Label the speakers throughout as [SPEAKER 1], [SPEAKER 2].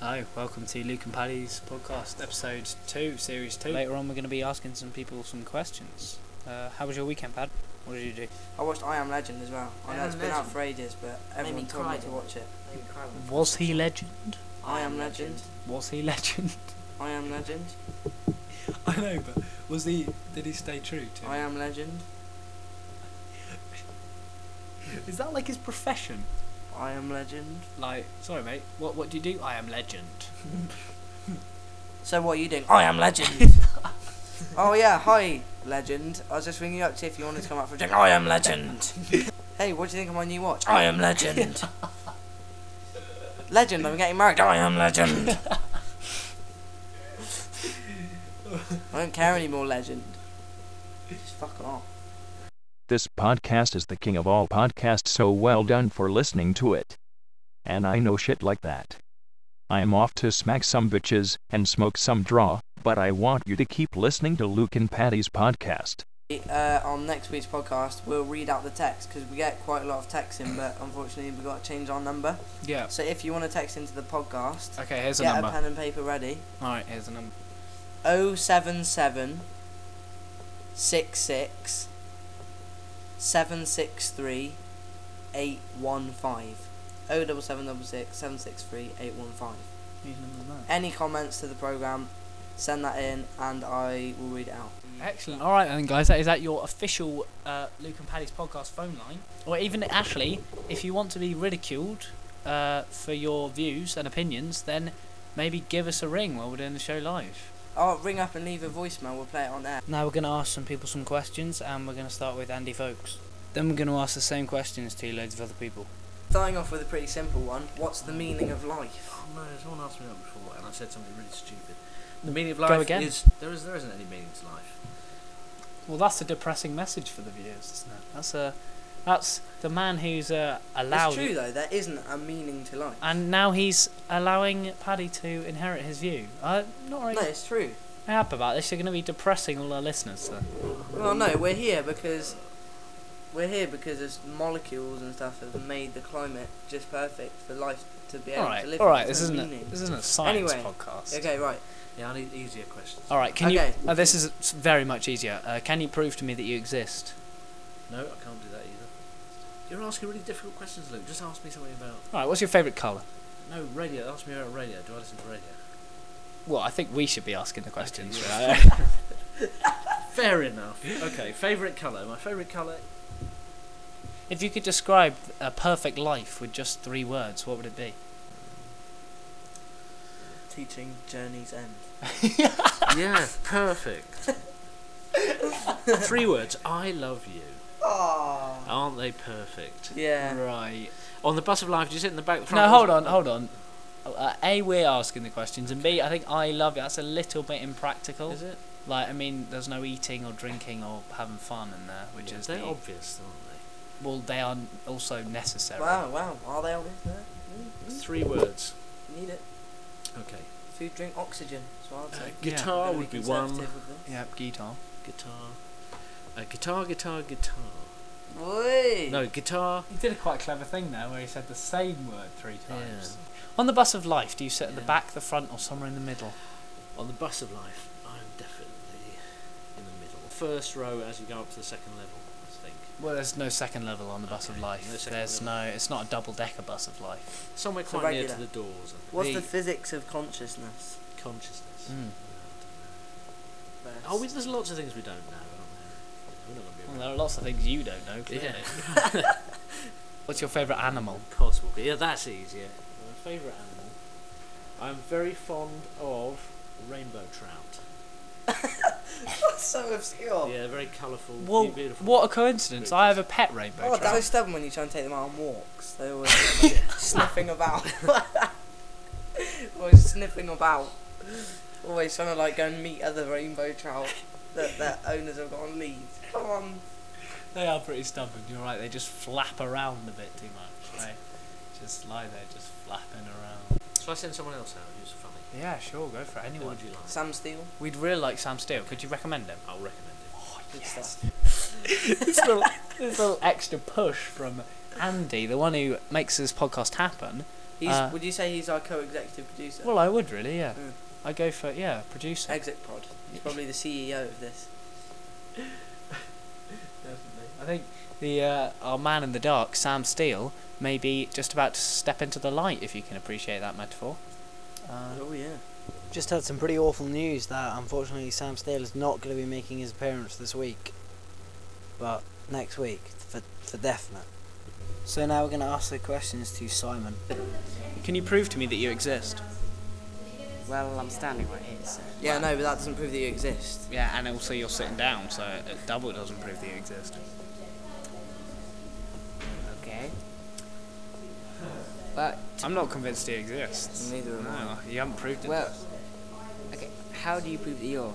[SPEAKER 1] Hello, welcome to Luke and Paddy's podcast, episode two, series two.
[SPEAKER 2] Later on, we're going to be asking some people some questions. Uh, how was your weekend, Pad? What did you do?
[SPEAKER 3] I watched I Am Legend as well. I
[SPEAKER 4] I
[SPEAKER 3] know
[SPEAKER 4] Am
[SPEAKER 3] it's been out
[SPEAKER 4] Legend.
[SPEAKER 3] for ages, but everyone
[SPEAKER 4] me
[SPEAKER 3] told
[SPEAKER 4] cry,
[SPEAKER 3] me to
[SPEAKER 4] didn't
[SPEAKER 3] watch it.
[SPEAKER 4] Maybe cry with-
[SPEAKER 2] Was he legend?
[SPEAKER 3] I Am Legend.
[SPEAKER 2] Was he legend?
[SPEAKER 3] I Am Legend.
[SPEAKER 1] I know, but was he? Did he stay true to?
[SPEAKER 3] I Am Legend.
[SPEAKER 1] Is that like his profession?
[SPEAKER 3] I Am Legend.
[SPEAKER 1] Like, sorry, mate. What What do you do? I am legend.
[SPEAKER 3] So what are you doing? I Am Legend. oh yeah, hi Legend. I was just ringing you up to see if you wanted to come out for a drink. I Am Legend. hey, what do you think of my new watch? I Am Legend. Legend, I'm getting married. I am legend. I don't care anymore, legend. Just fuck off.
[SPEAKER 5] This podcast is the king of all podcasts, so well done for listening to it. And I know shit like that. I'm off to smack some bitches and smoke some draw, but I want you to keep listening to Luke and Patty's podcast.
[SPEAKER 3] uh, on next week's podcast, we'll read out the text because we get quite a lot of texts in, but unfortunately, we've got to change our number.
[SPEAKER 2] Yeah.
[SPEAKER 3] So if you want to text into the podcast,
[SPEAKER 2] Okay, here's a
[SPEAKER 3] get a
[SPEAKER 2] number.
[SPEAKER 3] pen and paper ready.
[SPEAKER 2] Alright, here's a number.
[SPEAKER 3] 077 66 763 815. 07766 763 815. Any comments to the programme, send that in and I will read it out.
[SPEAKER 2] Excellent. All right, then, guys, that is at your official uh, Luke and Paddy's podcast phone line. Or even actually, if you want to be ridiculed uh, for your views and opinions, then maybe give us a ring while we're doing the show live.
[SPEAKER 3] Oh, ring up and leave a voicemail, we'll play it on air.
[SPEAKER 2] Now we're going to ask some people some questions, and we're going to start with Andy Folks. Then we're going to ask the same questions to loads of other people.
[SPEAKER 3] Starting off with a pretty simple one. What's the meaning of life?
[SPEAKER 4] Oh no, someone asked me that before, and I said something really stupid. The meaning of life
[SPEAKER 2] again.
[SPEAKER 4] is there is there isn't any meaning to life.
[SPEAKER 2] Well, that's a depressing message for the viewers, isn't it? That's a, that's the man who's uh, allowed.
[SPEAKER 3] It's true though, there isn't a meaning to life.
[SPEAKER 2] And now he's allowing Paddy to inherit his view. I'm not really
[SPEAKER 3] no, it's true.
[SPEAKER 2] happy about this. You're going to be depressing all our listeners. Then.
[SPEAKER 3] Well, no, we're here because we're here because there's molecules and stuff that have made the climate just perfect for life to be able
[SPEAKER 2] All right,
[SPEAKER 3] to live.
[SPEAKER 2] all
[SPEAKER 3] in.
[SPEAKER 2] right. This
[SPEAKER 3] There's no
[SPEAKER 2] isn't a,
[SPEAKER 3] meaning.
[SPEAKER 2] this isn't a science
[SPEAKER 3] Anyway,
[SPEAKER 2] podcast.
[SPEAKER 3] Okay, right.
[SPEAKER 4] Yeah, I need easier questions.
[SPEAKER 2] All right. Can
[SPEAKER 3] Okay.
[SPEAKER 2] you? Uh, this is s- very much easier. Uh, can you prove to me that you exist?
[SPEAKER 4] No, I can't do that either. You're asking really difficult questions, Luke. Just ask me something about
[SPEAKER 2] All right. What's your favourite colour?
[SPEAKER 4] no radio. Ask me about radio. Do I listen to radio?
[SPEAKER 2] Well, I think we should be asking the questions.
[SPEAKER 4] Okay.
[SPEAKER 2] Right?
[SPEAKER 4] Fair enough. Okay, favorite color. My favorite color.
[SPEAKER 2] if you could describe a perfect life with just three words, what would it be?
[SPEAKER 3] Teaching journey's end.
[SPEAKER 4] yeah, perfect. Three words. I love you.
[SPEAKER 3] Oh.
[SPEAKER 4] Aren't they perfect?
[SPEAKER 3] Yeah.
[SPEAKER 2] Right.
[SPEAKER 4] On the bus of life, do you sit in the back? front
[SPEAKER 2] No,
[SPEAKER 4] or
[SPEAKER 2] hold
[SPEAKER 4] the-
[SPEAKER 2] on, hold on. Uh, a, we're asking the questions, and B, I think I love it. That's a little bit impractical.
[SPEAKER 4] Is it?
[SPEAKER 2] Like, I mean, there's no eating or drinking or having fun in there, which
[SPEAKER 4] Yeah,
[SPEAKER 2] is
[SPEAKER 4] they're
[SPEAKER 2] the,
[SPEAKER 4] obvious, aren't they?
[SPEAKER 2] well, they are also necessary.
[SPEAKER 3] Wow, wow. Are they all in there? Mm, mm.
[SPEAKER 4] Three words.
[SPEAKER 3] Need it.
[SPEAKER 4] Okay.
[SPEAKER 3] Food, drink, oxygen. That's what I'd
[SPEAKER 4] Uh,
[SPEAKER 3] say.
[SPEAKER 2] Yeah.
[SPEAKER 4] guitar
[SPEAKER 3] Gotta
[SPEAKER 4] would be
[SPEAKER 3] conservative
[SPEAKER 4] one.
[SPEAKER 3] with it.
[SPEAKER 2] Yep, guitar.
[SPEAKER 4] Guitar. Uh, guitar, guitar, guitar.
[SPEAKER 3] Woi.
[SPEAKER 4] No, guitar.
[SPEAKER 2] He did a quite clever thing there, where he said the same word three
[SPEAKER 4] times.
[SPEAKER 2] On the bus of life, do you sit at the
[SPEAKER 4] Yeah.
[SPEAKER 2] back, the front, or somewhere in the middle?
[SPEAKER 4] On the bus of life, I'm definitely in the middle. First row as you go up to the second level, I think.
[SPEAKER 2] Well, there's no second level on the bus of
[SPEAKER 4] Okay,
[SPEAKER 2] life.
[SPEAKER 4] no second
[SPEAKER 2] there's
[SPEAKER 4] level.
[SPEAKER 2] no. It's not a double decker bus of life.
[SPEAKER 4] Somewhere
[SPEAKER 3] So
[SPEAKER 4] quite near to
[SPEAKER 3] regular.
[SPEAKER 4] the doors. I think.
[SPEAKER 3] What's
[SPEAKER 2] The-
[SPEAKER 3] the physics of consciousness?
[SPEAKER 4] Consciousness.
[SPEAKER 2] Mm.
[SPEAKER 4] Oh, we, there's lots of things we don't know, aren't there? We're not going to be
[SPEAKER 2] Well,
[SPEAKER 4] around.
[SPEAKER 2] there are lots of things you don't know. Clearly.
[SPEAKER 4] Yeah.
[SPEAKER 2] What's your favourite animal?
[SPEAKER 4] Impossible. Yeah, that's easier. My favourite animal. I'm very fond of rainbow trout.
[SPEAKER 3] That's so obscure.
[SPEAKER 4] Yeah, very colourful,
[SPEAKER 2] Well,
[SPEAKER 4] beautiful.
[SPEAKER 2] what a coincidence! I have a pet rainbow
[SPEAKER 3] Oh,
[SPEAKER 2] trout.
[SPEAKER 3] they're so stubborn when you try and take them out on walks. They're always like, sniffing about. always sniffing about. Always trying to like go and meet other rainbow trout that their owners have got on leave. Come on.
[SPEAKER 2] They are pretty stubborn. You're right. They just flap around a bit too much. They just lie there, just flapping around.
[SPEAKER 4] Shall I send someone else out who's funny?
[SPEAKER 2] Yeah, sure. Go for it.
[SPEAKER 4] Who
[SPEAKER 2] Anyone.
[SPEAKER 4] would you like?
[SPEAKER 3] Sam Steele.
[SPEAKER 2] We'd really like Sam Steele. Could you recommend him?
[SPEAKER 4] I'll recommend him.
[SPEAKER 2] Oh,
[SPEAKER 3] Good stuff.
[SPEAKER 2] this little, this little extra push from Andy, the one who makes this podcast happen,
[SPEAKER 3] He's,
[SPEAKER 2] Uh,
[SPEAKER 3] would you say he's our co-executive producer?
[SPEAKER 2] Well, I would really, yeah.
[SPEAKER 3] Mm.
[SPEAKER 2] I go for yeah, producer.
[SPEAKER 3] Exit Pod. He's probably the CEO of this.
[SPEAKER 2] Definitely. I think the uh, our man in the dark, Sam Steele, may be just about to step into the light, if you can appreciate that metaphor. Uh,
[SPEAKER 3] oh yeah.
[SPEAKER 6] Just had some pretty awful news that unfortunately Sam Steele is not going to be making his appearance this week, but next week for for definite. So now we're going to ask the questions to Simon.
[SPEAKER 2] can you prove to me that you exist?
[SPEAKER 7] Well, I'm standing right here, so.
[SPEAKER 3] Yeah, no, but that doesn't prove that you exist.
[SPEAKER 2] Yeah, and also you're sitting down, so it double doesn't prove that you exist.
[SPEAKER 7] Okay. Well,
[SPEAKER 2] I'm not convinced you exist.
[SPEAKER 3] Neither am I.
[SPEAKER 2] No, you haven't proved it.
[SPEAKER 7] well, okay. How do you prove that you're?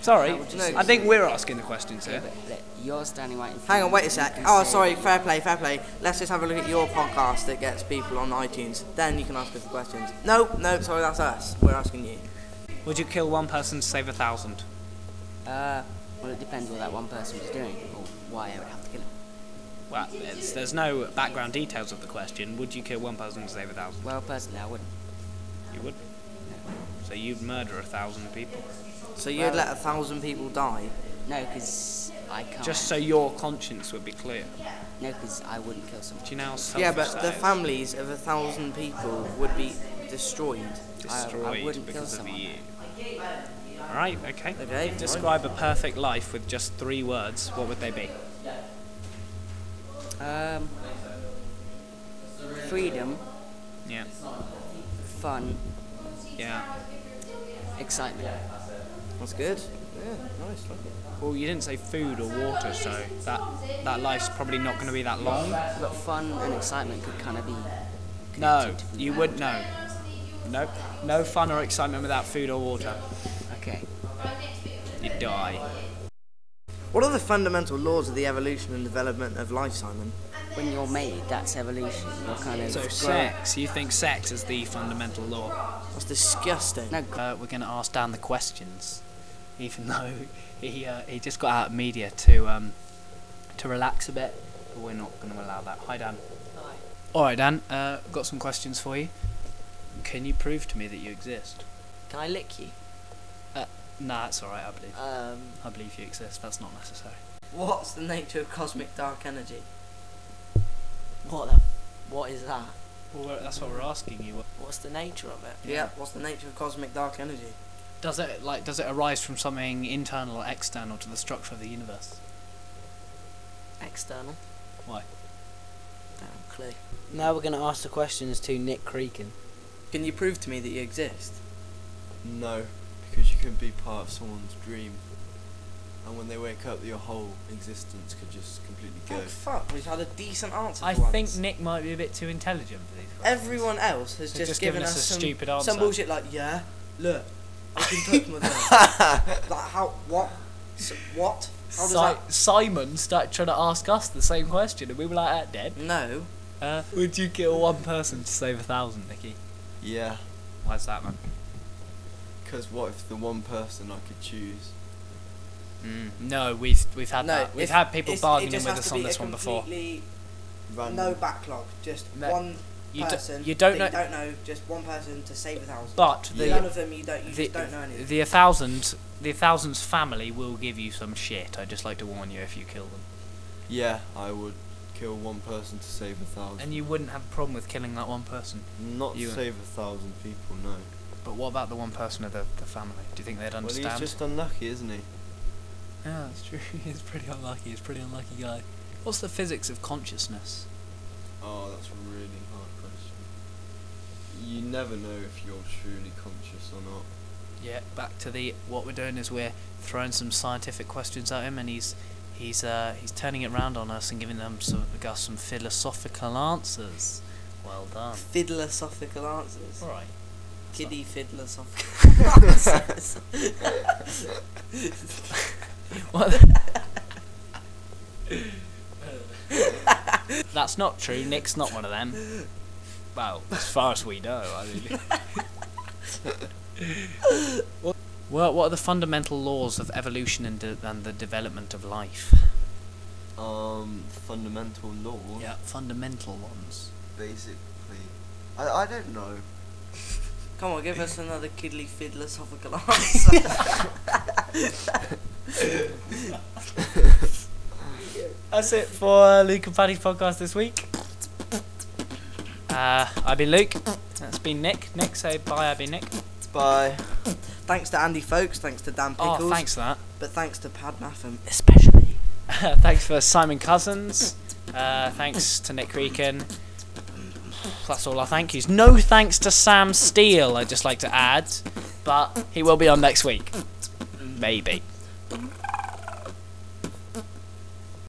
[SPEAKER 2] Sorry,
[SPEAKER 7] how would you
[SPEAKER 2] I
[SPEAKER 7] say-
[SPEAKER 2] think we're asking the questions here.
[SPEAKER 7] Okay, but look, you're standing right in front
[SPEAKER 3] Hang
[SPEAKER 7] of
[SPEAKER 3] on,
[SPEAKER 7] me,
[SPEAKER 3] wait a
[SPEAKER 7] you
[SPEAKER 3] sec.
[SPEAKER 7] can
[SPEAKER 3] Oh,
[SPEAKER 7] say-
[SPEAKER 3] sorry. Fair play, fair play. Let's just have a look at your podcast that gets people on iTunes. Then you can ask us the questions. No, no, sorry, that's us. We're asking you.
[SPEAKER 2] Would you kill one person to save a thousand?
[SPEAKER 7] Uh, well, it depends what that one person was doing or why I would have to kill him.
[SPEAKER 2] Well, it's, there's no background details of the question. Would you kill one person to save a thousand?
[SPEAKER 7] Well, personally, I wouldn't.
[SPEAKER 2] You would. So you'd murder a thousand people.
[SPEAKER 3] So you'd let
[SPEAKER 6] Um,
[SPEAKER 3] a thousand people die.
[SPEAKER 7] No, because I can't.
[SPEAKER 2] Just so your conscience would be clear.
[SPEAKER 7] No, because I wouldn't kill someone.
[SPEAKER 2] Do you know how selfish
[SPEAKER 3] yeah, but
[SPEAKER 2] that
[SPEAKER 3] the
[SPEAKER 2] is?
[SPEAKER 3] families of a thousand people would be destroyed.
[SPEAKER 2] destroyed
[SPEAKER 7] wouldn't kill
[SPEAKER 2] because of
[SPEAKER 7] someone,
[SPEAKER 2] you. All right. Okay.
[SPEAKER 3] Okay,
[SPEAKER 2] If Describe a perfect life with just three words. What would they be?
[SPEAKER 7] Um, freedom,
[SPEAKER 2] Yeah.
[SPEAKER 7] fun,
[SPEAKER 2] Yeah.
[SPEAKER 7] excitement.
[SPEAKER 3] That's good. Yeah, nice. Like it.
[SPEAKER 2] Well, you didn't say food or water, so that that life's probably not going to be that long.
[SPEAKER 7] But fun and excitement could kind of be.
[SPEAKER 2] No, you would no. Nope. No fun or excitement without food or water.
[SPEAKER 7] Okay.
[SPEAKER 2] You die.
[SPEAKER 3] What are the fundamental laws of the evolution and development of life, Simon?
[SPEAKER 7] When you're made, that's evolution. You're kind of.
[SPEAKER 2] So
[SPEAKER 7] grow-
[SPEAKER 2] sex. You think sex is the fundamental law?
[SPEAKER 3] That's disgusting.
[SPEAKER 7] No, gr-
[SPEAKER 2] Uh, we're going to ask Dan the questions, even though he uh, he just got out of media to um, to relax a bit. But we're not going to allow that. Hi, Dan. All right, Dan. Uh, I've got some questions for you. Can you prove to me that you exist?
[SPEAKER 7] can I lick you?
[SPEAKER 2] Nah, that's all right. I believe
[SPEAKER 7] Um,
[SPEAKER 2] I believe you exist. That's not necessary.
[SPEAKER 3] What's the nature of cosmic dark energy?
[SPEAKER 7] what the? What is that?
[SPEAKER 2] Well, uh, that's what we're asking you.
[SPEAKER 7] What's the nature of it?
[SPEAKER 3] Yeah. What's the nature of cosmic dark energy?
[SPEAKER 2] Does it like does it arise from something internal or external to the structure of the universe?
[SPEAKER 7] External.
[SPEAKER 2] Why?
[SPEAKER 7] Damn clue.
[SPEAKER 6] Now we're going to ask the questions to Nick Creakin.
[SPEAKER 3] Can you prove to me that you exist?
[SPEAKER 8] No, because you can be part of someone's dream. And when they wake up, your whole existence could just completely
[SPEAKER 3] Oh
[SPEAKER 8] go.
[SPEAKER 3] fuck! We've had a decent answer.
[SPEAKER 2] I
[SPEAKER 3] for once.
[SPEAKER 2] think Nick might be a bit too intelligent for these. Questions.
[SPEAKER 3] everyone else has
[SPEAKER 2] They've
[SPEAKER 3] just, given, us,
[SPEAKER 2] a
[SPEAKER 3] some,
[SPEAKER 2] stupid answer.
[SPEAKER 3] some bullshit like yeah, look, I can touch myself. like how what? S what? How does
[SPEAKER 2] Si- Simon started trying to ask us the same question, and we were like, "Uh, "Dead?
[SPEAKER 3] that? No.
[SPEAKER 2] Uh, would you kill one person to save a thousand, Nicky?
[SPEAKER 8] Yeah,
[SPEAKER 2] Why's that, man?
[SPEAKER 8] because what if the one person I could choose?
[SPEAKER 2] Mm. No, we've we've had
[SPEAKER 3] no.
[SPEAKER 2] that. We've
[SPEAKER 3] it's-
[SPEAKER 2] had people
[SPEAKER 3] it's- it
[SPEAKER 2] bargaining
[SPEAKER 3] just
[SPEAKER 2] with
[SPEAKER 3] has
[SPEAKER 2] us
[SPEAKER 3] to
[SPEAKER 2] on
[SPEAKER 3] be a
[SPEAKER 2] this one before.
[SPEAKER 3] completely
[SPEAKER 8] Random.
[SPEAKER 3] No backlog. Just
[SPEAKER 2] No,
[SPEAKER 3] one
[SPEAKER 2] You, do,
[SPEAKER 3] person.
[SPEAKER 2] you don't
[SPEAKER 3] that
[SPEAKER 2] know,
[SPEAKER 3] You don't know. Just one person to save a thousand.
[SPEAKER 2] but the
[SPEAKER 3] None of them. You don't. You
[SPEAKER 2] the
[SPEAKER 3] just don't know anything.
[SPEAKER 2] the a thousand the a thousand's family will give you some shit. I'd just like to warn you if you kill them.
[SPEAKER 8] Yeah, I would kill one person to save a thousand.
[SPEAKER 2] And you wouldn't have a problem with killing that one person.
[SPEAKER 8] Not
[SPEAKER 2] you-
[SPEAKER 8] save a thousand people, no.
[SPEAKER 2] But what about the one person of the, the family? Do you think they'd understand?
[SPEAKER 8] Well, he's just unlucky, isn't he?
[SPEAKER 2] Yeah, that's Ah, true. He's pretty unlucky. He's a pretty unlucky guy. What's the physics of consciousness?
[SPEAKER 8] Oh, that's a really hard question. You never know if you're truly conscious or not.
[SPEAKER 2] Yeah, back to the what we're doing is we're throwing some scientific questions at him, and he's he's uh, he's turning it round on us and giving them some us some philosophical answers. Well done.
[SPEAKER 3] Fiddlerosophical answers.
[SPEAKER 2] um, All right.
[SPEAKER 3] Kiddie fiddlerosophical.
[SPEAKER 2] That's not true. Nick's not one of them. Well, as far as we know, I mean. well, what are the fundamental laws of evolution and, de- and the development of life?
[SPEAKER 8] Um, fundamental law.
[SPEAKER 2] Yeah, fundamental ones.
[SPEAKER 8] basically I, I don't know.
[SPEAKER 3] Come on, give us another kiddly fiddlers of a glass.
[SPEAKER 2] That's it for uh, Luke and Paddy's podcast this week. Uh, I've been Luke. That's been Nick. Nick, say bye. I've been Nick.
[SPEAKER 8] Bye.
[SPEAKER 3] thanks to Andy Folks, thanks to Dan Pickles,
[SPEAKER 2] Oh, thanks for that.
[SPEAKER 3] but thanks to Pad Matham.
[SPEAKER 2] Especially. thanks for Simon Cousins. Uh, thanks to Nick Reekin. That's all our thank yous. No thanks to Sam Steele, I'd just like to add. But he will be on next week. Maybe.